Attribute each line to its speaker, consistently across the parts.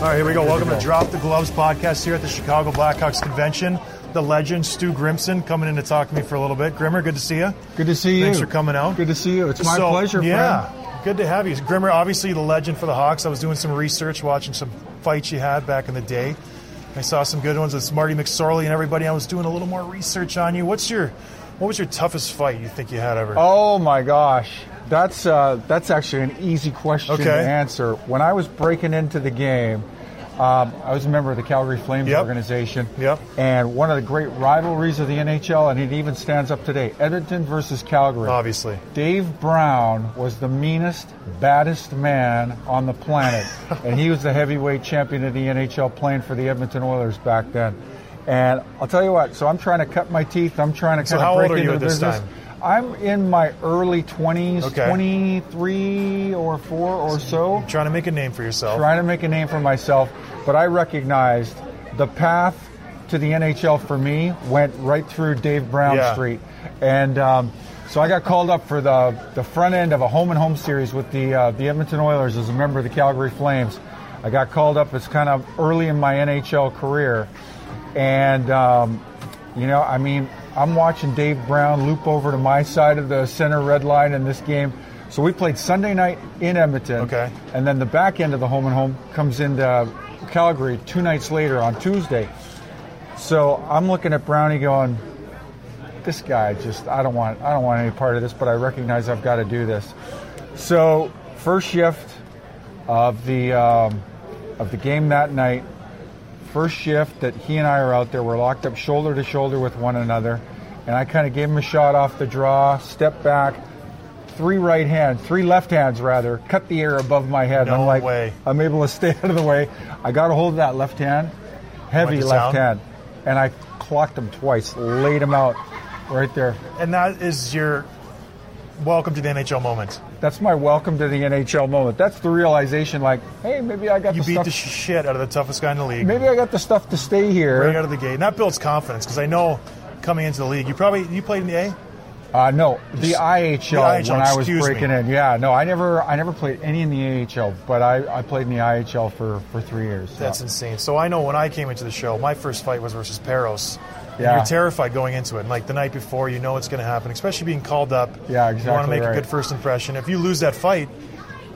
Speaker 1: All right, here we go. Welcome to Drop the Gloves podcast here at the Chicago Blackhawks convention. The legend Stu Grimson coming in to talk to me for a little bit. Grimmer, good to see you.
Speaker 2: Good to see you.
Speaker 1: Thanks for coming out.
Speaker 2: Good to see you. It's my
Speaker 1: So,
Speaker 2: pleasure,
Speaker 1: Yeah,
Speaker 2: friend.
Speaker 1: good to have you. Grimmer, obviously the legend for the Hawks. I was doing some research, watching some fights you had back in the day. I saw some good ones with Marty McSorley and everybody. I was doing a little more research on you. What's your what was your toughest fight you think you had ever?
Speaker 2: Oh my gosh, that's uh, that's actually an easy question to
Speaker 1: Okay.
Speaker 2: answer. When I was breaking into the game, um, I was a member of the Calgary Flames
Speaker 1: Yep.
Speaker 2: organization.
Speaker 1: Yep.
Speaker 2: And one of the great rivalries of the NHL, and it even stands up today: Edmonton versus Calgary.
Speaker 1: Obviously.
Speaker 2: Dave Brown was the meanest, baddest man on the planet, and he was the heavyweight champion of the NHL playing for the Edmonton Oilers back then. And I'll tell you what, so I'm trying to cut my teeth. I'm trying to kind
Speaker 1: how
Speaker 2: of break
Speaker 1: old are you
Speaker 2: into
Speaker 1: at
Speaker 2: the
Speaker 1: this
Speaker 2: business.
Speaker 1: time?
Speaker 2: I'm in my early 20s,
Speaker 1: Okay.
Speaker 2: 23 or 4 or so,
Speaker 1: Trying to make a name for yourself.
Speaker 2: trying to make a name for myself, but I recognized the path to the NHL for me went right through Dave Brown
Speaker 1: Yeah.
Speaker 2: Street. And um, so I got called up for the, the front end of a home and home series with the, uh, the Edmonton Oilers as a member of the Calgary Flames. I got called up, it's kind of early in my NHL career. And um, you know, I mean, I'm watching Dave Brown loop over to my side of the center red line in this game. So we played Sunday night in Edmonton.
Speaker 1: Okay.
Speaker 2: And then the back end of the home and home comes into Calgary two nights later on Tuesday. So I'm looking at Brownie going, this guy just I don't want I don't want any part of this, but I recognize I've got to do this. So first shift of the um, of the game that night, first shift that he and I are out there, we're locked up shoulder to shoulder with one another, and I kind of gave him a shot off the draw, step back, three right hands, three left hands rather, cut the air above my head.
Speaker 1: No
Speaker 2: I'm like,
Speaker 1: way.
Speaker 2: I'm able to stay out of the way. I got a hold of that left hand, heavy
Speaker 1: Went to town?
Speaker 2: left hand, and I clocked him twice, laid him out right there.
Speaker 1: And that is your welcome to the NHL moment.
Speaker 2: That's my welcome to the NHL moment. That's the realization, like, hey, maybe I got
Speaker 1: You
Speaker 2: the
Speaker 1: beat
Speaker 2: stuff.
Speaker 1: the shit out of the toughest guy in the league.
Speaker 2: maybe I got the stuff to stay here.
Speaker 1: right out of the gate. And that builds confidence because I know coming into the league, you probably you played in the A.
Speaker 2: Uh, no, the IHL,
Speaker 1: IHL,
Speaker 2: when I was
Speaker 1: excuse
Speaker 2: breaking
Speaker 1: me.
Speaker 2: in. Yeah, no, I never, I never played any in the AHL, but I, I played in the IHL for, for three years.
Speaker 1: That's
Speaker 2: yeah.
Speaker 1: insane. So I know when I came into the show, my first fight was versus Peros. And
Speaker 2: Yeah.
Speaker 1: You're terrified going into it. And like the night before, you know it's going to happen, especially being called up. You
Speaker 2: Yeah,
Speaker 1: want to
Speaker 2: exactly
Speaker 1: make a
Speaker 2: right.
Speaker 1: good first impression. If you lose that fight,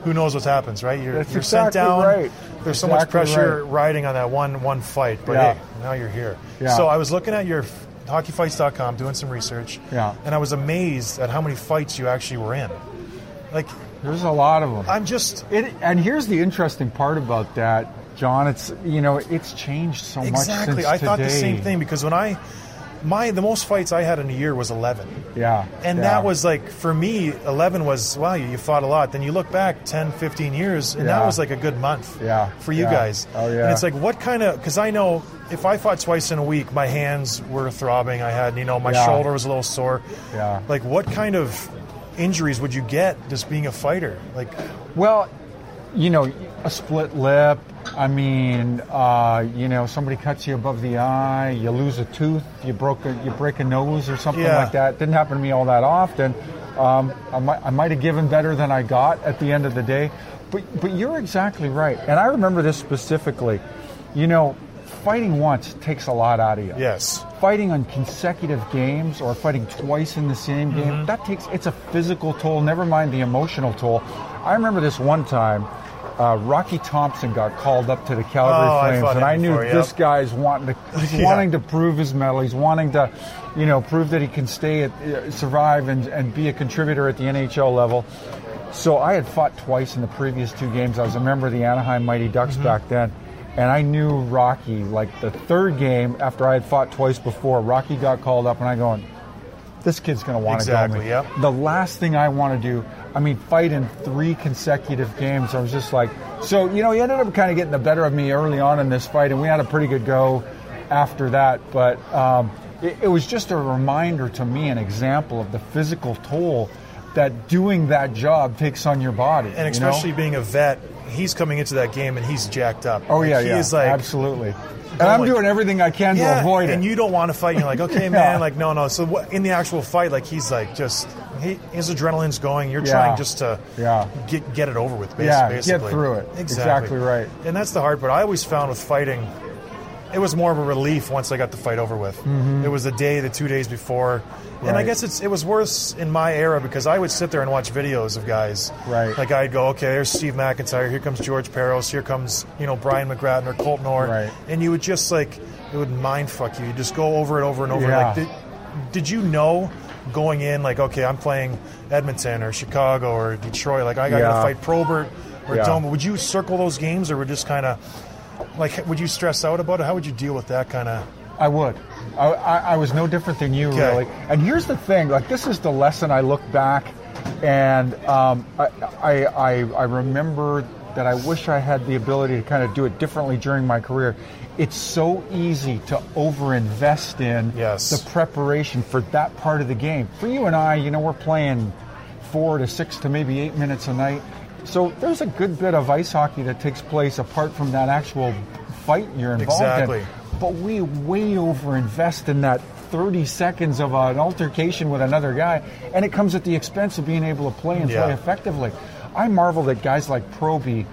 Speaker 1: who knows what happens, right? You're,
Speaker 2: That's
Speaker 1: you're sent
Speaker 2: exactly
Speaker 1: down.
Speaker 2: right.
Speaker 1: There's so much
Speaker 2: Exactly
Speaker 1: pressure riding on that one one fight. But
Speaker 2: Yeah.
Speaker 1: hey, now you're here.
Speaker 2: Yeah.
Speaker 1: So I was looking at your f- hockeyfights.com, doing some research.
Speaker 2: Yeah.
Speaker 1: And I was amazed at how many fights you actually were in. Like,
Speaker 2: There's a lot of them.
Speaker 1: I'm just
Speaker 2: It, and here's the interesting part about that, John. It's you know, it's changed so much
Speaker 1: Exactly.
Speaker 2: since
Speaker 1: I thought the
Speaker 2: today.
Speaker 1: same thing because when I my the most fights I had in a year was 11.
Speaker 2: Yeah,
Speaker 1: And
Speaker 2: yeah.
Speaker 1: that was like for me 11 was wow, you, you fought a lot. Then you look back 10, 15 years and that
Speaker 2: Yeah.
Speaker 1: was like a good month.
Speaker 2: Yeah,
Speaker 1: For you
Speaker 2: yeah.
Speaker 1: guys.
Speaker 2: Oh, yeah.
Speaker 1: And it's like what kind of cuz I know if I fought twice in a week, my hands were throbbing. I had, you know, my
Speaker 2: Yeah.
Speaker 1: shoulder was a little sore.
Speaker 2: Yeah.
Speaker 1: Like what kind of injuries would you get just being a fighter? Like
Speaker 2: Well, you know, a split lip. I mean, uh, you know, somebody cuts you above the eye. You lose a tooth. You broke a you break a nose or something
Speaker 1: Yeah.
Speaker 2: like that. Didn't happen to me all that often. Um, I might I might have given better than I got at the end of the day. But but you're exactly right. And I remember this specifically. You know, fighting once takes a lot out of you.
Speaker 1: Yes.
Speaker 2: Fighting on consecutive games or fighting twice in the same game,
Speaker 1: Mm-hmm.
Speaker 2: that takes it's a physical toll, never mind the emotional toll. I remember this one time uh, Rocky Thompson got called up to the Calgary
Speaker 1: Oh, I
Speaker 2: Flames,
Speaker 1: fought
Speaker 2: and
Speaker 1: him
Speaker 2: I knew
Speaker 1: before, yep.
Speaker 2: this guy's wanting to he's
Speaker 1: Yeah.
Speaker 2: wanting to prove his medal. He's wanting to, you know, prove that he can stay at uh, survive and, and be a contributor at the NHL level. So I had fought twice in the previous two games. I was a member of the Anaheim Mighty Ducks
Speaker 1: Mm-hmm.
Speaker 2: back then. And I knew Rocky, like the third game after I had fought twice before, Rocky got called up and I going, this kid's going to want to
Speaker 1: Exactly,
Speaker 2: go me.
Speaker 1: yep.
Speaker 2: The last thing I want to do, I mean, fight in three consecutive games. I was just like, so, you know, he ended up kind of getting the better of me early on in this fight, and we had a pretty good go after that. But um, it, it was just a reminder to me, an example of the physical toll that doing that job takes on your body.
Speaker 1: And
Speaker 2: you know?
Speaker 1: especially being a vet, he's coming into that game and he's jacked up.
Speaker 2: Oh, yeah,
Speaker 1: Like, he
Speaker 2: yeah.
Speaker 1: is like
Speaker 2: absolutely. And I'm
Speaker 1: like-
Speaker 2: doing everything I can to avoid
Speaker 1: and
Speaker 2: it.
Speaker 1: you don't want to fight. And you're like, okay, man, like no, no. So what, in the actual fight, like he's like just he, his adrenaline's going. You're
Speaker 2: Yeah.
Speaker 1: trying just to
Speaker 2: Yeah.
Speaker 1: get get it over with, basically.
Speaker 2: Yeah, get
Speaker 1: basically.
Speaker 2: through it. Exactly right.
Speaker 1: And that's the hard part. I always found with fighting, it was more of a relief once I got the fight over with. It was the day, the two days before, and I
Speaker 2: Mm-hmm. Right.
Speaker 1: guess it's it was worse in my era because I would sit there and watch videos of guys.
Speaker 2: Right.
Speaker 1: Like I'd go, okay, there's Steve McIntyre, here comes George Peros, here comes you know Brian McGrattan or Colton Orr,
Speaker 2: Right.
Speaker 1: and you would just like it would mind fuck you. You just go over and over and over.
Speaker 2: Yeah.
Speaker 1: Like, did, did you know going in like okay, I'm playing Edmonton or Chicago or Detroit? Like I got
Speaker 2: Yeah.
Speaker 1: to fight Probert or
Speaker 2: Yeah.
Speaker 1: Dome. Would you circle those games or would just kind of like would you stress out about it? How would you deal with that kind of?
Speaker 2: I would. I, I, I was no different than you,
Speaker 1: Okay.
Speaker 2: really. And here's the thing: like this is the lesson I look back, and um, I, I, I, I remember that I wish I had the ability to kind of do it differently during my career. It's so easy to overinvest in
Speaker 1: Yes.
Speaker 2: the preparation for that part of the game. For you and I, you know, we're playing four to six to maybe eight minutes a night. So there's a good bit of ice hockey that takes place apart from that actual fight you're involved
Speaker 1: Exactly.
Speaker 2: in. But we way over invest in that 30 seconds of an altercation with another guy, and it comes at the expense of being able to play and
Speaker 1: Yeah.
Speaker 2: play effectively. I marvel at guys like Proby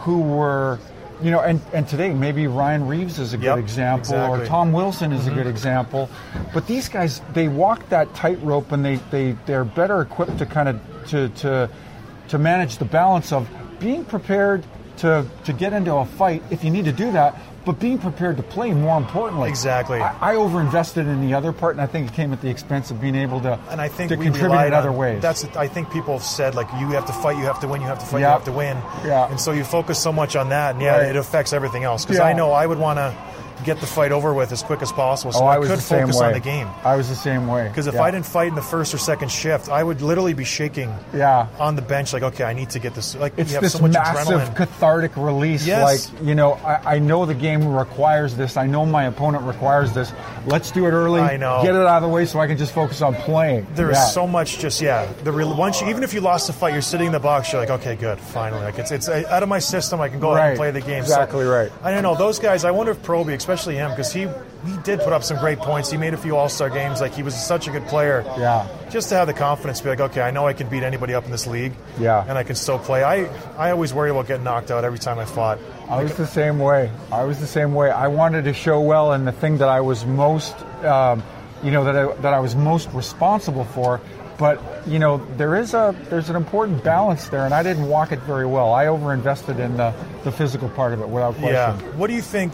Speaker 2: who were, you know, and, and today maybe Ryan Reeves is a
Speaker 1: Yep,
Speaker 2: good example, or
Speaker 1: exactly.
Speaker 2: Tom Wilson is
Speaker 1: Mm-hmm.
Speaker 2: a good example. But these guys, they walk that tightrope and they, they, they're better equipped to kind of to, to, to manage the balance of being prepared to, to get into a fight if you need to do that, but being prepared to play more importantly.
Speaker 1: Exactly.
Speaker 2: I, I overinvested in the other part, and I think it came at the expense of being able to,
Speaker 1: And I think
Speaker 2: to
Speaker 1: we
Speaker 2: contribute
Speaker 1: relied
Speaker 2: in other
Speaker 1: on-
Speaker 2: ways.
Speaker 1: That's I think people have said like you have to fight, you have to win, you have to fight,
Speaker 2: Yeah.
Speaker 1: you have to win.
Speaker 2: Yeah.
Speaker 1: And so you focus so much on that, and yeah,
Speaker 2: Right.
Speaker 1: it affects everything else. Because
Speaker 2: Yeah.
Speaker 1: I know I would want to get the fight over with as quick as possible, so
Speaker 2: oh,
Speaker 1: I,
Speaker 2: I, was
Speaker 1: could
Speaker 2: the same
Speaker 1: focus
Speaker 2: way.
Speaker 1: on the game.
Speaker 2: I was the same way.
Speaker 1: Because if
Speaker 2: Yeah.
Speaker 1: I didn't fight in the first or second shift, I would literally be shaking
Speaker 2: Yeah.
Speaker 1: on the bench, like, okay, I need to get this. Like,
Speaker 2: it's
Speaker 1: you have
Speaker 2: this
Speaker 1: so much
Speaker 2: massive
Speaker 1: adrenaline.
Speaker 2: cathartic release.
Speaker 1: Yes.
Speaker 2: Like you know, I, I know the game requires this. I know my opponent requires this. Let's do it early.
Speaker 1: I know.
Speaker 2: Get it out of the way so I can just focus on playing.
Speaker 1: There is
Speaker 2: Yeah.
Speaker 1: so much, just yeah. The real once, you, even if you lost the fight, you're sitting in the box. You're like, okay, good, finally. Like it's it's uh, out of my system. I can go out
Speaker 2: Right.
Speaker 1: and play the game.
Speaker 2: Exactly right.
Speaker 1: I don't know those guys. I wonder if Proby, especially him, because he he did put up some great points. He made a few All Star games. Like he was such a good player.
Speaker 2: Yeah.
Speaker 1: Just to have the confidence, to be like, okay, I know I can beat anybody up in this league.
Speaker 2: Yeah.
Speaker 1: And I can still play. I I always worry about getting knocked out every time I fought.
Speaker 2: I was the same way. I was the same way. I wanted to show well, and the thing that I was most, um, you know, that I, that I was most responsible for. But you know, there is a there's an important balance there, and I didn't walk it very well. I overinvested in the, the physical part of it, without question.
Speaker 1: Yeah. What do you think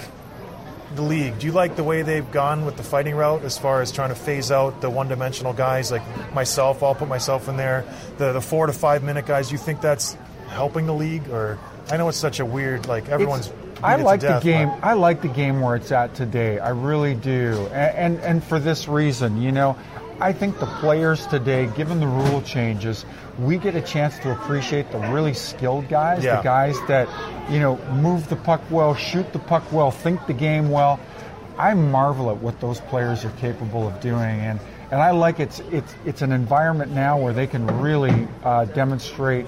Speaker 1: the league? Do you like the way they've gone with the fighting route as far as trying to phase out the one dimensional guys like myself, I'll put myself in there, the the four to five minute guys, do you think that's helping the league or I know it's such a weird like everyone's
Speaker 2: It's-
Speaker 1: beat
Speaker 2: I
Speaker 1: it to
Speaker 2: like
Speaker 1: death,
Speaker 2: the game.
Speaker 1: but-
Speaker 2: I like the game where it's at today. I really do, and, and and for this reason, you know, I think the players today, given the rule changes, we get a chance to appreciate the really skilled guys,
Speaker 1: Yeah.
Speaker 2: the guys that you know move the puck well, shoot the puck well, think the game well. I marvel at what those players are capable of doing, and. And I like it's it's it's an environment now where they can really uh, demonstrate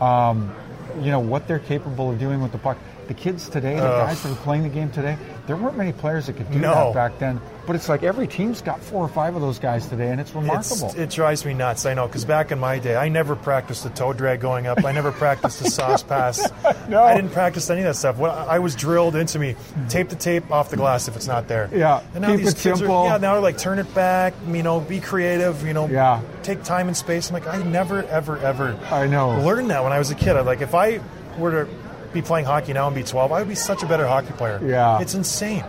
Speaker 2: um, you know what they're capable of doing with the puck. the kids today, the guys that were playing the game today, there weren't many players that could do
Speaker 1: No.
Speaker 2: that back then. But it's like every team's got four or five of those guys today, and it's
Speaker 1: It's,
Speaker 2: remarkable.
Speaker 1: it drives me nuts. I know because back in my day, I never practiced the toe drag going up. I never practiced the sauce pass.
Speaker 2: No.
Speaker 1: I didn't practice any of that stuff. What I was drilled into me: tape the tape off the glass if it's not there.
Speaker 2: Yeah,
Speaker 1: And now
Speaker 2: keep
Speaker 1: these
Speaker 2: it
Speaker 1: kids
Speaker 2: simple.
Speaker 1: Are, yeah, now they're like turn it back. You know, be creative. You know,
Speaker 2: Yeah.
Speaker 1: Take time and space. I'm like, I never, ever, ever.
Speaker 2: I know.
Speaker 1: Learned that when I was a kid. I like if I were to be playing hockey now and be 12, I would be such a better hockey player.
Speaker 2: Yeah.
Speaker 1: It's insane.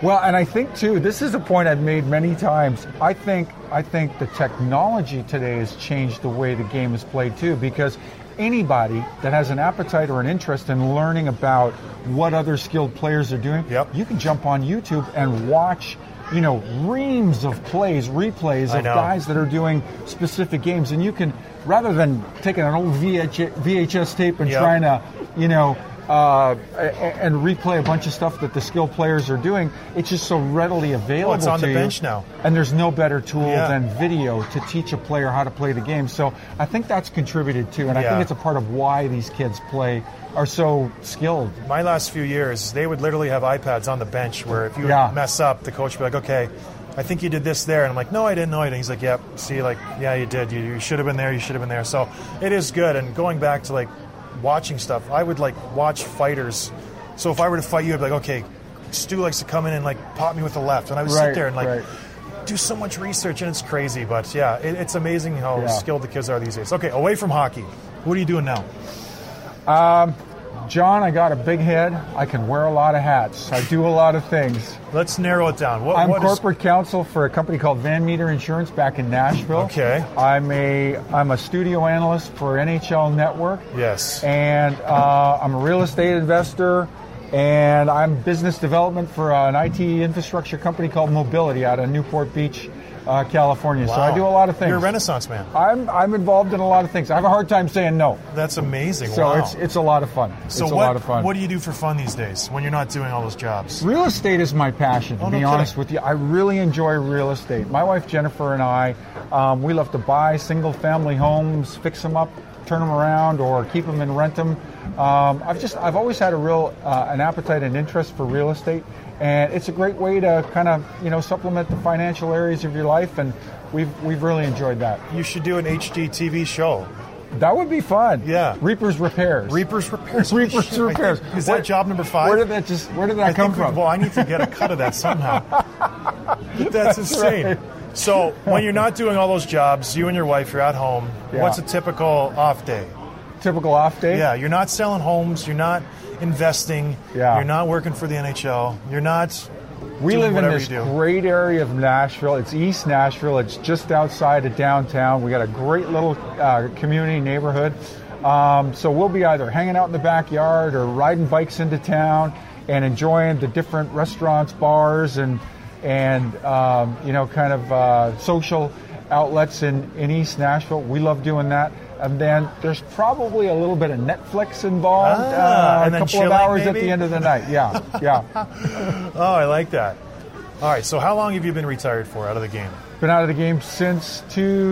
Speaker 2: Well, and I think too, this is a point I've made many times. I think I think the technology today has changed the way the game is played too, because anybody that has an appetite or an interest in learning about what other skilled players are doing,
Speaker 1: Yep.
Speaker 2: you can jump on YouTube and watch. You know, reams of plays, replays
Speaker 1: I
Speaker 2: of
Speaker 1: know.
Speaker 2: guys that are doing specific games, and you can rather than taking an old VH, VHS tape and
Speaker 1: Yep.
Speaker 2: trying to, you know, uh, a- a- and replay a bunch of stuff that the skill players are doing. It's just so readily available.
Speaker 1: Well, it's on
Speaker 2: to
Speaker 1: the
Speaker 2: you.
Speaker 1: bench now.
Speaker 2: and there's no better tool
Speaker 1: Yeah.
Speaker 2: than video to teach a player how to play the game. So I think that's contributed to, and I
Speaker 1: Yeah.
Speaker 2: think it's a part of why these kids play are so skilled.
Speaker 1: my last few years, they would literally have iPads on the bench where if you would
Speaker 2: Yeah.
Speaker 1: mess up, the coach would be like, okay, I think you did this there. And I'm like, no, I didn't, no, I didn't. He's like, yep, see, like, yeah, you did. You, you should have been there, you should have been there. So it is good. And going back to like watching stuff, I would like watch fighters. So if I were to fight you, I'd be like, okay, Stu likes to come in and like pop me with the left. And I would sit
Speaker 2: Right,
Speaker 1: there and like,
Speaker 2: right.
Speaker 1: Do so much research and it's crazy, but yeah, it, it's amazing how
Speaker 2: Yeah.
Speaker 1: skilled the kids are these days. Okay, away from hockey, what are you doing now?
Speaker 2: John, I got a big head. I can wear a lot of hats. I do a lot of things.
Speaker 1: Let's narrow it down. What,
Speaker 2: I'm
Speaker 1: what is-
Speaker 2: corporate counsel for a company called Van Meter Insurance back in Nashville.
Speaker 1: Okay.
Speaker 2: I'm a I'm a studio analyst for NHL Network.
Speaker 1: yes.
Speaker 2: And uh, I'm a real estate investor. And I'm business development for an IT infrastructure company called Mobility out of Newport Beach, uh, California. So
Speaker 1: Wow.
Speaker 2: I do a lot of things.
Speaker 1: You're a renaissance man.
Speaker 2: I'm I'm involved in a lot of things. I have a hard time saying no.
Speaker 1: That's amazing.
Speaker 2: So
Speaker 1: wow.
Speaker 2: it's it's a lot of fun.
Speaker 1: so
Speaker 2: it's
Speaker 1: what,
Speaker 2: a lot of fun.
Speaker 1: what do you do for fun these days when you're not doing all those jobs?
Speaker 2: Real estate is my passion, to
Speaker 1: Oh, no
Speaker 2: be
Speaker 1: kidding.
Speaker 2: honest with you. I really enjoy real estate. My wife Jennifer and I, um, we love to buy single family homes, fix them up, turn them around, or keep them and rent them. Um, I've just, I've always had a real, uh, an appetite and interest for real estate. And it's a great way to kind of, you know, supplement the financial areas of your life. And we've, we've really enjoyed that.
Speaker 1: You should do an HGTV show.
Speaker 2: That would be fun.
Speaker 1: Yeah.
Speaker 2: Reapers Repairs.
Speaker 1: Reapers Repairs.
Speaker 2: Reapers
Speaker 1: Shit, I think-
Speaker 2: Repairs.
Speaker 1: Is that
Speaker 2: Where-
Speaker 1: job number five?
Speaker 2: Where did that just, where did that
Speaker 1: I
Speaker 2: come
Speaker 1: think we-
Speaker 2: from?
Speaker 1: Well, I need to get a cut of that somehow. That's, insane. So when you're not doing all those jobs, you and your wife, you're at home.
Speaker 2: Yeah.
Speaker 1: What's a typical off day?
Speaker 2: Typical off day.
Speaker 1: Yeah, you're not selling homes. You're not investing.
Speaker 2: Yeah.
Speaker 1: You're not working for the NHL. You're not.
Speaker 2: We
Speaker 1: doing
Speaker 2: live in
Speaker 1: whatever
Speaker 2: this
Speaker 1: you do.
Speaker 2: great area of Nashville. It's East Nashville. It's just outside of downtown. We got a great little uh, community neighborhood. Um, so we'll be either hanging out in the backyard or riding bikes into town and enjoying the different restaurants, bars, and and um, you know kind of uh, social outlets in, in East Nashville. We love doing that. And then there's probably a little bit of Netflix involved.
Speaker 1: Ah,
Speaker 2: uh,
Speaker 1: and
Speaker 2: a
Speaker 1: then
Speaker 2: couple
Speaker 1: chilling,
Speaker 2: of hours at
Speaker 1: maybe?
Speaker 2: the end of the night. Yeah, yeah.
Speaker 1: Oh, I like that. All right. So how long have you been retired for out of the game?
Speaker 2: Been out of the game since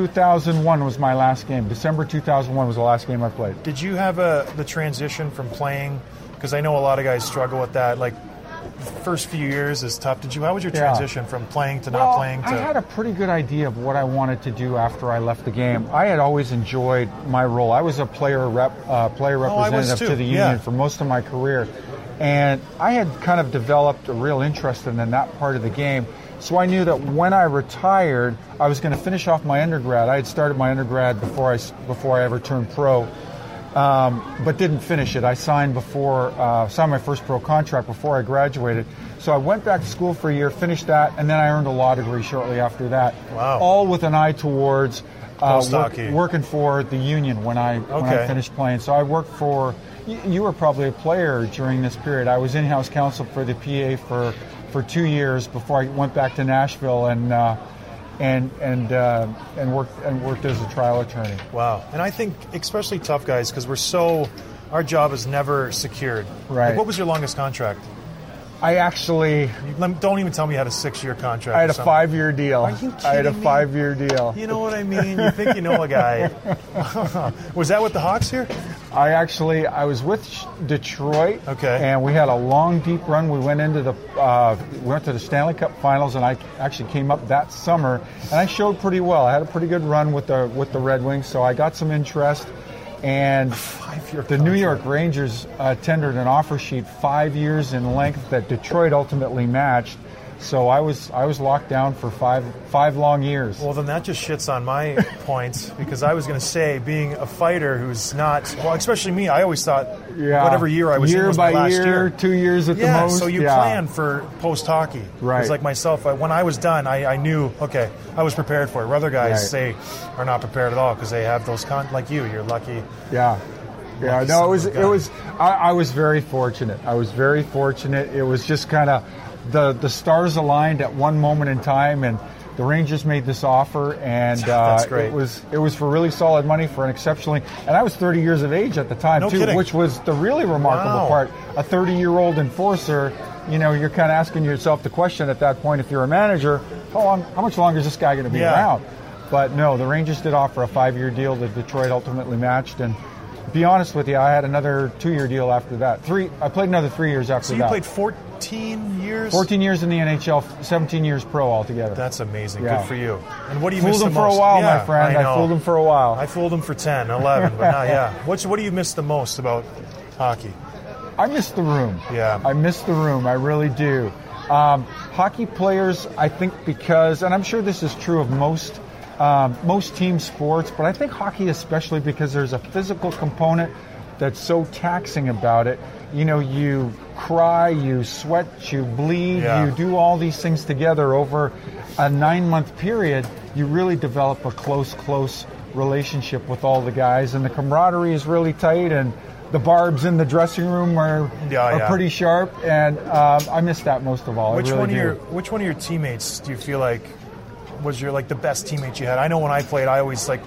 Speaker 2: 2001 was my last game. December 2001 was the last game I played.
Speaker 1: Did you have a the transition from playing? Because I know a lot of guys struggle with that. Like the first few years is tough. Did you? How was your
Speaker 2: Yeah.
Speaker 1: transition from playing to not
Speaker 2: Well,
Speaker 1: playing to?
Speaker 2: I had a pretty good idea of what I wanted to do after I left the game. I had always enjoyed my role. I was a player rep, uh, player
Speaker 1: Oh, I was
Speaker 2: representative
Speaker 1: too,
Speaker 2: to the
Speaker 1: yeah.
Speaker 2: union for most of my career, and I had kind of developed a real interest in, in that part of the game. So I knew that when I retired, I was going to finish off my undergrad. I had started my undergrad before I s- before I ever turned pro. but didn't finish it. I signed before uh, signed my first pro contract before I graduated. So I went back to school for a year, finished that, and then I earned a law degree shortly after that.
Speaker 1: Wow.
Speaker 2: All with an eye towards uh,
Speaker 1: Post
Speaker 2: work,
Speaker 1: hockey.
Speaker 2: working for the union when I when I
Speaker 1: Okay.
Speaker 2: finished playing. So I worked for. You, you were probably a player during this period. I was in-house counsel for the PA for for two years before I went back to Nashville and. Uh, and and uh, and worked and worked as a trial attorney.
Speaker 1: Wow. And I think especially tough guys because we're so. Our job is never secured.
Speaker 2: Right.
Speaker 1: Like, what was your longest contract?
Speaker 2: I actually
Speaker 1: Lem- Don't even tell me you had a six-year contract.
Speaker 2: I had
Speaker 1: or
Speaker 2: a
Speaker 1: something.
Speaker 2: five year deal.
Speaker 1: Are you
Speaker 2: I had a
Speaker 1: kidding me?
Speaker 2: five year deal.
Speaker 1: You know what I mean? You think you know a guy. Was that with the Hawks here?
Speaker 2: I actually I was with Sh- Detroit.
Speaker 1: Okay.
Speaker 2: And we had a long deep run. We went into the uh, we went to the Stanley Cup Finals, and I actually came up that summer, and I showed pretty well. I had a pretty good run with the with the Red Wings, so I got some interest. And
Speaker 1: Five-year
Speaker 2: the New York Rangers uh, tendered an offer sheet five years in length that Detroit ultimately matched. So I was I was locked down for five five long years.
Speaker 1: Well, then that just shits on my points because I was going to say, being a fighter who's not, well, especially me, I always thought
Speaker 2: Yeah.
Speaker 1: whatever year I was
Speaker 2: year
Speaker 1: in was my
Speaker 2: by
Speaker 1: last
Speaker 2: year, two years at
Speaker 1: Yeah,
Speaker 2: the most.
Speaker 1: so you
Speaker 2: yeah.
Speaker 1: plan for post hockey.
Speaker 2: Right.
Speaker 1: It's like myself, I, when I was done, I, I knew, okay, I was prepared for it. Where other guys,
Speaker 2: Right.
Speaker 1: they are not prepared at all because they have those, con- like you, you're lucky.
Speaker 2: Yeah. Yeah,
Speaker 1: Lucky son
Speaker 2: no, it
Speaker 1: of
Speaker 2: was
Speaker 1: a
Speaker 2: it
Speaker 1: gun.
Speaker 2: was I, I was very fortunate. I was very fortunate. It was just kind of the the stars aligned at one moment in time, and the Rangers made this offer, and
Speaker 1: That's
Speaker 2: uh,
Speaker 1: great.
Speaker 2: it was it was for really solid money for an exceptionally. And I was 30 years of age at the time
Speaker 1: No
Speaker 2: too,
Speaker 1: kidding.
Speaker 2: which was the really remarkable
Speaker 1: Wow.
Speaker 2: part. A 30 year old enforcer, you know, you're kind of asking yourself the question at that point if you're a manager, how long, how much longer is this guy going to be
Speaker 1: Yeah.
Speaker 2: around? But no, the Rangers did offer a five-year deal that Detroit ultimately matched. And to be honest with you, I had another two-year deal after that. Three, I played another three years after
Speaker 1: So you
Speaker 2: that.
Speaker 1: played 14 years?
Speaker 2: 14 years in the NHL, 17 years pro altogether.
Speaker 1: That's amazing.
Speaker 2: Yeah.
Speaker 1: Good for you. And what do you
Speaker 2: fooled
Speaker 1: miss the
Speaker 2: them for a
Speaker 1: most?
Speaker 2: while,
Speaker 1: Yeah,
Speaker 2: my friend.
Speaker 1: I,
Speaker 2: I,
Speaker 1: know.
Speaker 2: fooled them for a while.
Speaker 1: I fooled them for 10, 11, but now, yeah. What's, what do you miss the most about hockey?
Speaker 2: I miss the room.
Speaker 1: Yeah.
Speaker 2: I miss the room. I really do. Um, hockey players, I think, because, and I'm sure this is true of most um, most team sports, but I think hockey especially because there's a physical component that's so taxing about it. You know, you cry, you sweat, you bleed,
Speaker 1: Yeah.
Speaker 2: you do all these things together over a nine month period. You really develop a close, close relationship with all the guys, and the camaraderie is really tight. And the barbs in the dressing room are,
Speaker 1: Yeah,
Speaker 2: are
Speaker 1: yeah.
Speaker 2: pretty sharp, and um, I miss that most of all. I
Speaker 1: Which
Speaker 2: really
Speaker 1: one of
Speaker 2: do.
Speaker 1: your Which one of your teammates do you feel like was your like the best teammate you had? I know when I played, I always like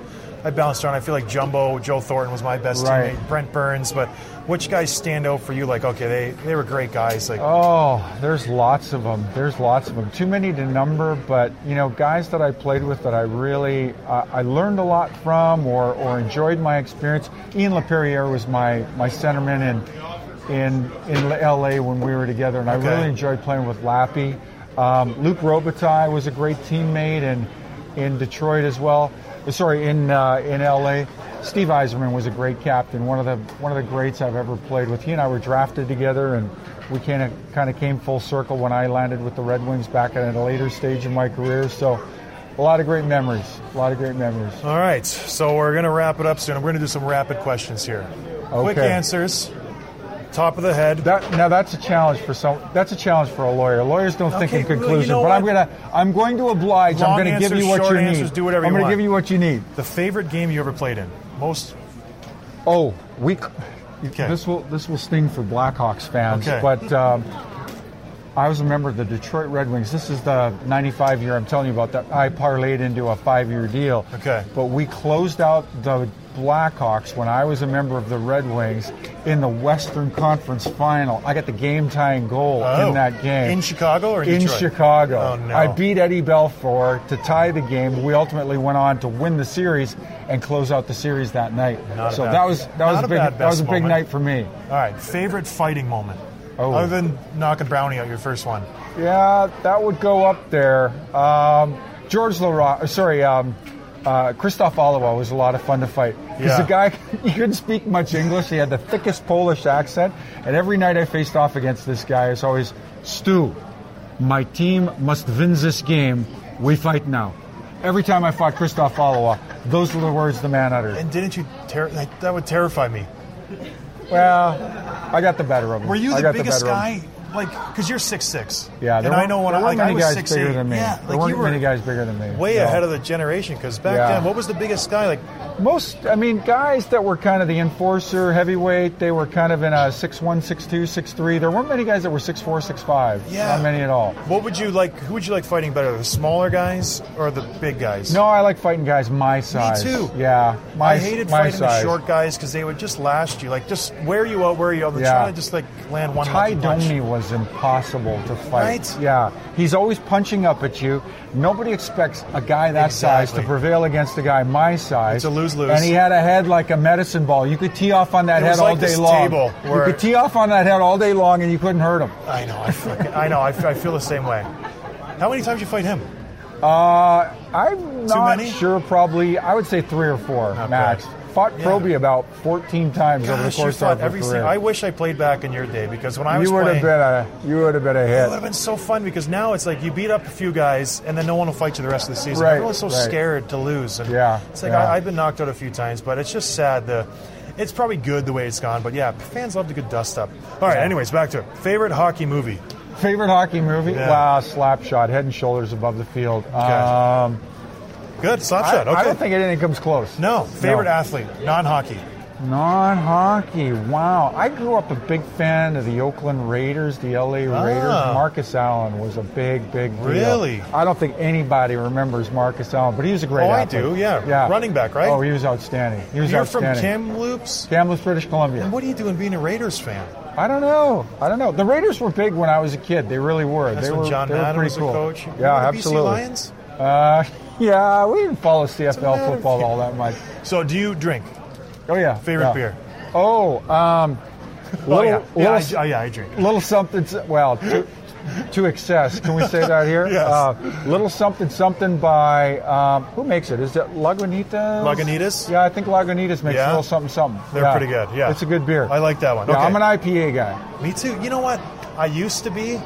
Speaker 1: I bounced around. I feel like Jumbo, Joe Thornton was my best
Speaker 2: Right.
Speaker 1: teammate, Brent Burns. But which guys stand out for you? Like okay, they they were great guys. Like
Speaker 2: Oh, there's lots of them. There's lots of them. Too many to number, but you know, guys that I played with that I really uh, I learned a lot from or, or enjoyed my experience. Ian LaPerriere was my my centerman in in in L.A. when we were together, and
Speaker 1: Okay.
Speaker 2: I really enjoyed playing with Lappy. Um, Luke Robitaille was a great teammate, and in Detroit as well. Sorry, in uh, in L.A. Steve Eiserman was a great captain, one of the one of the greats I've ever played with. He and I were drafted together, and we kind of kind of came full circle when I landed with the Red Wings back at a later stage in my career. So, a lot of great memories. A lot of great memories.
Speaker 1: all right, so we're gonna wrap it up soon. We're gonna do some rapid questions here. Quick
Speaker 2: Okay.
Speaker 1: answers, top of the head.
Speaker 2: That, now that's a challenge for some. That's a challenge for a lawyer. Lawyers don't think
Speaker 1: Okay,
Speaker 2: in
Speaker 1: well, you
Speaker 2: conclusion,
Speaker 1: know
Speaker 2: but I'm
Speaker 1: what?
Speaker 2: gonna I'm going to oblige.
Speaker 1: Long
Speaker 2: I'm going to give
Speaker 1: answers,
Speaker 2: you what
Speaker 1: short
Speaker 2: you need.
Speaker 1: answers, do whatever
Speaker 2: I'm
Speaker 1: you
Speaker 2: gonna
Speaker 1: want.
Speaker 2: give you what you need.
Speaker 1: the favorite game you ever played in? Most
Speaker 2: Oh, we.
Speaker 1: Okay.
Speaker 2: This will this will sting for Blackhawks fans,
Speaker 1: Okay.
Speaker 2: but um, I was a member of the Detroit Red Wings. This is the '95 year I'm telling you about that I parlayed into a five-year deal.
Speaker 1: Okay.
Speaker 2: but we closed out the Blackhawks when I was a member of the Red Wings in the Western Conference Final. I got the game-tying goal
Speaker 1: Oh.
Speaker 2: in that game
Speaker 1: in Chicago or in,
Speaker 2: in
Speaker 1: Detroit?
Speaker 2: Chicago.
Speaker 1: Oh no!
Speaker 2: I beat Eddie Belfour to tie the game. We ultimately went on to win the series and close out the series that night.
Speaker 1: Not a
Speaker 2: so
Speaker 1: bad-
Speaker 2: that was that was
Speaker 1: not
Speaker 2: a
Speaker 1: a
Speaker 2: big
Speaker 1: bad
Speaker 2: that was a
Speaker 1: best
Speaker 2: big
Speaker 1: moment.
Speaker 2: night for me.
Speaker 1: All right, favorite fighting moment.
Speaker 2: Oh.
Speaker 1: Other than knocking Brownie out your first one.
Speaker 2: Yeah, that would go up there. Um, George LaRock, sorry, um, uh, Christoph Oliwa was a lot of fun to fight. Because
Speaker 1: Yeah.
Speaker 2: the guy, he couldn't speak much English. He had the thickest Polish accent. And every night I faced off against this guy, it's always, Stu, my team must win this game. We fight now. Every time I fought Christoph Oliwa, those were the words the man uttered.
Speaker 1: And didn't you? Ter- that, that would terrify me.
Speaker 2: Well, I got the better of him.
Speaker 1: Were you
Speaker 2: I
Speaker 1: the
Speaker 2: got
Speaker 1: biggest
Speaker 2: better of him.
Speaker 1: guy? Like, because you're six six.
Speaker 2: Yeah,
Speaker 1: and
Speaker 2: there were,
Speaker 1: I know when
Speaker 2: there
Speaker 1: I
Speaker 2: weren't
Speaker 1: like I
Speaker 2: many
Speaker 1: was
Speaker 2: guys
Speaker 1: six
Speaker 2: bigger
Speaker 1: eight.
Speaker 2: than me.
Speaker 1: Yeah,
Speaker 2: there
Speaker 1: like
Speaker 2: weren't
Speaker 1: you were
Speaker 2: many guys bigger than me.
Speaker 1: way
Speaker 2: No.
Speaker 1: ahead of the generation. Because back
Speaker 2: Yeah.
Speaker 1: then, what was the biggest guy? Like,
Speaker 2: Most, I mean, guys that were kind of the enforcer, heavyweight, they were kind of in a 6'1, 6'2, 6'3. There weren't many guys that were 6'4, 6'5.
Speaker 1: Yeah.
Speaker 2: Not many at all.
Speaker 1: what would you like? Who would you like fighting better, the smaller guys or the big guys?
Speaker 2: No, I like fighting guys my size.
Speaker 1: too.
Speaker 2: Yeah. My,
Speaker 1: I hated
Speaker 2: my
Speaker 1: fighting the
Speaker 2: size.
Speaker 1: short guys because they would just last you, like just wear you out, wear you out, and
Speaker 2: Yeah.
Speaker 1: try to just like land one.
Speaker 2: Ty
Speaker 1: lucky punch.
Speaker 2: Domi was is impossible to fight.
Speaker 1: Right?
Speaker 2: Yeah. He's always punching up at you. Nobody expects a guy that size to
Speaker 1: Exactly.
Speaker 2: prevail against a guy my size.
Speaker 1: It's a lose-lose.
Speaker 2: And he had a head like a medicine ball. You could tee off on that
Speaker 1: It
Speaker 2: head
Speaker 1: was
Speaker 2: all
Speaker 1: like
Speaker 2: day
Speaker 1: this
Speaker 2: long.
Speaker 1: table
Speaker 2: you
Speaker 1: where-
Speaker 2: could tee off on that head all day long and you couldn't hurt him.
Speaker 1: I know. I, fucking, I know. I, f- I feel the same way. How many times you fight him?
Speaker 2: Uh, I'm not
Speaker 1: many?
Speaker 2: sure. Probably, I would say three or four
Speaker 1: Not
Speaker 2: max.
Speaker 1: bad.
Speaker 2: Fought
Speaker 1: Yeah.
Speaker 2: Proby about 14 times over the
Speaker 1: Gosh, you
Speaker 2: course of
Speaker 1: fought
Speaker 2: her
Speaker 1: every
Speaker 2: career.
Speaker 1: single. I wish I played back in your day because when I was
Speaker 2: you would
Speaker 1: playing,
Speaker 2: have been a you would have been a
Speaker 1: It would
Speaker 2: hit.
Speaker 1: have been so fun because now it's like you beat up a few guys and then no one will fight you the rest of the season.
Speaker 2: Right,
Speaker 1: Everyone's so
Speaker 2: right.
Speaker 1: scared to lose. And
Speaker 2: Yeah,
Speaker 1: it's like
Speaker 2: yeah.
Speaker 1: I, I've been knocked out a few times, but it's just sad. The it's probably good the way it's gone, but yeah, fans love to get dust up. All right, anyways, back to it. Favorite hockey movie?
Speaker 2: Favorite hockey movie?
Speaker 1: Yeah.
Speaker 2: Wow, Slapshot, Head and Shoulders above the field. Um,
Speaker 1: Good, slap
Speaker 2: I,
Speaker 1: shot. Okay.
Speaker 2: I don't think anything comes close.
Speaker 1: no, favorite
Speaker 2: No.
Speaker 1: athlete, non-hockey.
Speaker 2: Non hockey. Wow. I grew up a big fan of the Oakland Raiders, the LA Raiders.
Speaker 1: Ah.
Speaker 2: Marcus Allen was a big, big deal.
Speaker 1: Really?
Speaker 2: I don't think anybody remembers Marcus Allen, but he was a great
Speaker 1: Oh, I
Speaker 2: athlete.
Speaker 1: do, yeah. Running back, right?
Speaker 2: Oh, he was outstanding. He was
Speaker 1: You're from
Speaker 2: outstanding.
Speaker 1: Kamloops.
Speaker 2: Kamloops, British Columbia.
Speaker 1: What are you doing being a Raiders fan?
Speaker 2: I don't know. I don't know. The Raiders were big when I was a kid. They really were.
Speaker 1: That's
Speaker 2: they
Speaker 1: when
Speaker 2: were.
Speaker 1: John
Speaker 2: they were
Speaker 1: Madden
Speaker 2: pretty
Speaker 1: was the
Speaker 2: cool.
Speaker 1: coach.
Speaker 2: Yeah,
Speaker 1: Remember the BC
Speaker 2: absolutely.
Speaker 1: Lions?
Speaker 2: Uh, yeah, we didn't follow CFL
Speaker 1: matter if
Speaker 2: football
Speaker 1: you-
Speaker 2: all that much.
Speaker 1: So, do you drink?
Speaker 2: Oh yeah.
Speaker 1: Favorite
Speaker 2: yeah.
Speaker 1: beer?
Speaker 2: Oh, um, little,
Speaker 1: oh, yeah. Yeah, I,
Speaker 2: little,
Speaker 1: oh, yeah, I drink.
Speaker 2: little something. Well, to, to excess. Can we say that here?
Speaker 1: Yes.
Speaker 2: Uh, little something something by um, who makes it? Is it Lagunitas?
Speaker 1: Lagunitas?
Speaker 2: Yeah, I think Lagunitas makes
Speaker 1: Yeah?
Speaker 2: little something something.
Speaker 1: They're
Speaker 2: Yeah.
Speaker 1: pretty good, yeah.
Speaker 2: it's a good beer.
Speaker 1: I like that one.
Speaker 2: Yeah,
Speaker 1: Okay.
Speaker 2: I'm an IPA guy.
Speaker 1: Me too. You know what? I used to be.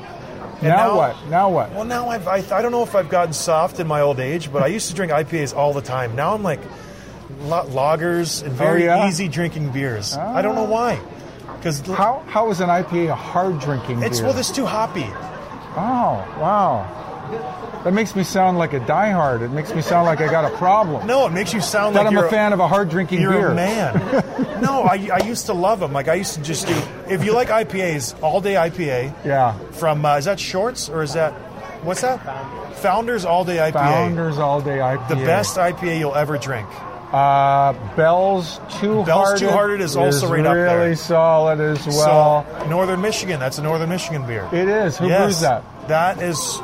Speaker 1: And
Speaker 2: Now, what? Now what?
Speaker 1: Well, now I've, I, I don't know if I've gotten soft in my old age, but I used to drink IPAs all the time. Now I'm like lo- lagers and very
Speaker 2: Oh, yeah? Ah.
Speaker 1: easy drinking beers. I don't know why. Because
Speaker 2: How how is an IPA a hard drinking
Speaker 1: it's,
Speaker 2: beer?
Speaker 1: well, it's too hoppy.
Speaker 2: Wow, wow. That makes me sound like a diehard. It makes me sound like I got a problem.
Speaker 1: No, it makes you sound
Speaker 2: that
Speaker 1: like
Speaker 2: I'm
Speaker 1: you're
Speaker 2: a fan of a hard drinking
Speaker 1: You're
Speaker 2: beer.
Speaker 1: a man. no, I, I used to love them. Like I used to just do. If you like IPAs, all day IPA
Speaker 2: Yeah.
Speaker 1: from uh, is that Shorts or is that what's that? Founders all day IPA.
Speaker 2: Founders all day IPA.
Speaker 1: The best IPA you'll ever drink.
Speaker 2: Uh, Bell's Two
Speaker 1: Bell's Two Hearted is also right up there.
Speaker 2: really solid as well.
Speaker 1: so, Northern Michigan. That's a Northern Michigan beer.
Speaker 2: it is. Who
Speaker 1: yes,
Speaker 2: brews that?
Speaker 1: That is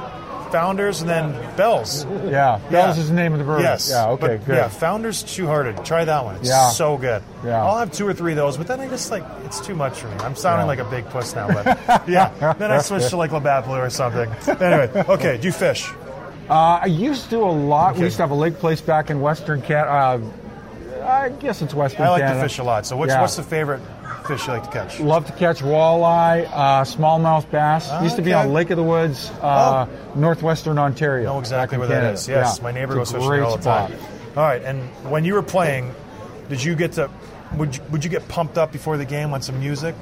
Speaker 1: Founders and then Bell's.
Speaker 2: Yeah. Bell's is the name of the brewery.
Speaker 1: Yes.
Speaker 2: Yeah, okay,
Speaker 1: But,
Speaker 2: good.
Speaker 1: Yeah, Founders Two Hearted. Try that one. It's
Speaker 2: Yeah.
Speaker 1: so good.
Speaker 2: Yeah.
Speaker 1: I'll have two or three of those, but then I just like it's too much for me. I'm sounding like a big puss now, but yeah. Then I switch to like Labatt Blue or something. Anyway, okay. Do you fish?
Speaker 2: Uh, I used to a lot.
Speaker 1: Okay.
Speaker 2: We used to have a lake place back in Western Canada. Uh, I guess it's Western
Speaker 1: I like
Speaker 2: Canada.
Speaker 1: to fish a lot. So what's
Speaker 2: Yeah.
Speaker 1: what's the favorite fish you like to catch?
Speaker 2: Love to catch walleye, uh, smallmouth bass. Used to be
Speaker 1: Ah, Okay. Oh.
Speaker 2: on Lake of the Woods, uh, northwestern Ontario.
Speaker 1: know exactly
Speaker 2: back in
Speaker 1: where that
Speaker 2: Canada.
Speaker 1: is. Yes,
Speaker 2: Yeah.
Speaker 1: my neighbor goes
Speaker 2: It's a
Speaker 1: fishing
Speaker 2: great
Speaker 1: there all the
Speaker 2: spot.
Speaker 1: time. All right, and when you were playing, did you get to? Would you, would you get pumped up before the game on some music?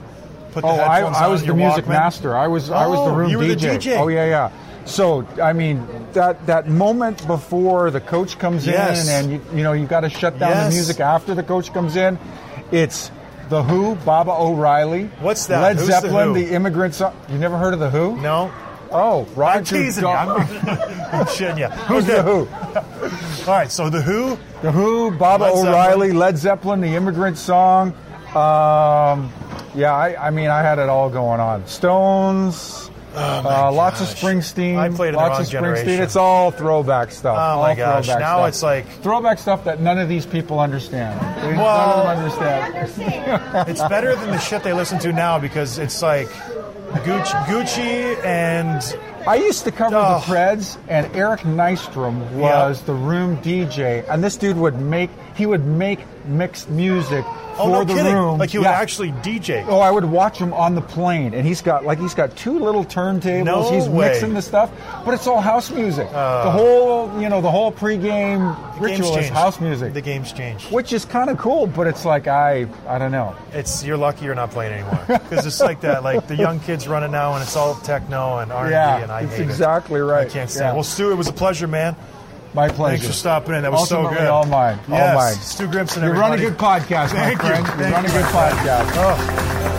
Speaker 1: Put the
Speaker 2: Oh, I,
Speaker 1: headphones
Speaker 2: I
Speaker 1: on
Speaker 2: was
Speaker 1: in
Speaker 2: the
Speaker 1: your
Speaker 2: music
Speaker 1: Walkman?
Speaker 2: master. I was I was
Speaker 1: Oh,
Speaker 2: the room
Speaker 1: you were the
Speaker 2: DJ.
Speaker 1: DJ.
Speaker 2: Oh yeah, yeah. So I mean that that moment before the coach comes
Speaker 1: Yes.
Speaker 2: in and you, you know you got to shut down
Speaker 1: Yes.
Speaker 2: the music after the coach comes in. It's the Who, Baba O'Reilly.
Speaker 1: What's that?
Speaker 2: Led
Speaker 1: Who's The
Speaker 2: Zeppelin,
Speaker 1: Who?
Speaker 2: the, Immigrant Song. You never heard of the Who?
Speaker 1: No,
Speaker 2: Oh, Roger.
Speaker 1: I'm teasing you. I'm,
Speaker 2: Dal-
Speaker 1: I'm shitting you.
Speaker 2: Who's
Speaker 1: Okay.
Speaker 2: the Who?
Speaker 1: All right, so the Who. uh,
Speaker 2: The Who, Baba
Speaker 1: Led Zeppelin.
Speaker 2: O'Reilly, Led Zeppelin, The Immigrant Song. Um, yeah, I, I mean, I had it all going on. Stones, uh, lots of
Speaker 1: Oh, gosh.
Speaker 2: Springsteen,
Speaker 1: I played in the
Speaker 2: lots
Speaker 1: wrong
Speaker 2: of Springsteen.
Speaker 1: generation.
Speaker 2: It's all throwback stuff.
Speaker 1: Oh
Speaker 2: all
Speaker 1: my gosh!
Speaker 2: throwback
Speaker 1: Now
Speaker 2: stuff.
Speaker 1: it's like
Speaker 2: throwback stuff that none of these people understand. They- none of
Speaker 1: Well-
Speaker 2: them understand.
Speaker 1: it's better than the shit they listen to now because it's like Gucci, Gucci and
Speaker 2: I used to cover
Speaker 1: Ugh.
Speaker 2: the Preds, and Eric Nystrom was the room DJ, and this dude would make he would make mixed music
Speaker 1: oh
Speaker 2: for
Speaker 1: no
Speaker 2: the
Speaker 1: kidding!
Speaker 2: room.
Speaker 1: Like he would
Speaker 2: Yeah.
Speaker 1: actually DJ.
Speaker 2: Oh, I would watch him on the plane, and he's got like he's got two little turntables.
Speaker 1: No
Speaker 2: he's
Speaker 1: way. Uh.
Speaker 2: mixing the stuff, but it's all house music. the whole you know the whole pregame
Speaker 1: Game's
Speaker 2: ritual is
Speaker 1: changed.
Speaker 2: house music,
Speaker 1: The game's changed.
Speaker 2: which is kind of cool. But it's like I I don't know.
Speaker 1: it's you're lucky you're not playing anymore because it's like that. Like the young kids running now, and it's all techno and R and
Speaker 2: yeah,
Speaker 1: B, and I
Speaker 2: it's
Speaker 1: hate
Speaker 2: exactly
Speaker 1: it.
Speaker 2: right.
Speaker 1: I can't
Speaker 2: Yeah.
Speaker 1: stand. it. Well, Stu, it was a pleasure, man.
Speaker 2: my pleasure.
Speaker 1: Thanks for stopping in. That was
Speaker 2: Ultimately,
Speaker 1: so good.
Speaker 2: all mine. All
Speaker 1: Yes,
Speaker 2: mine.
Speaker 1: Stu Grimson.
Speaker 2: You run a
Speaker 1: everybody.
Speaker 2: good podcast,
Speaker 1: Thank
Speaker 2: my friend.
Speaker 1: you.
Speaker 2: you
Speaker 1: Thank
Speaker 2: run a
Speaker 1: you,
Speaker 2: good
Speaker 1: my friend.
Speaker 2: podcast.
Speaker 1: Oh.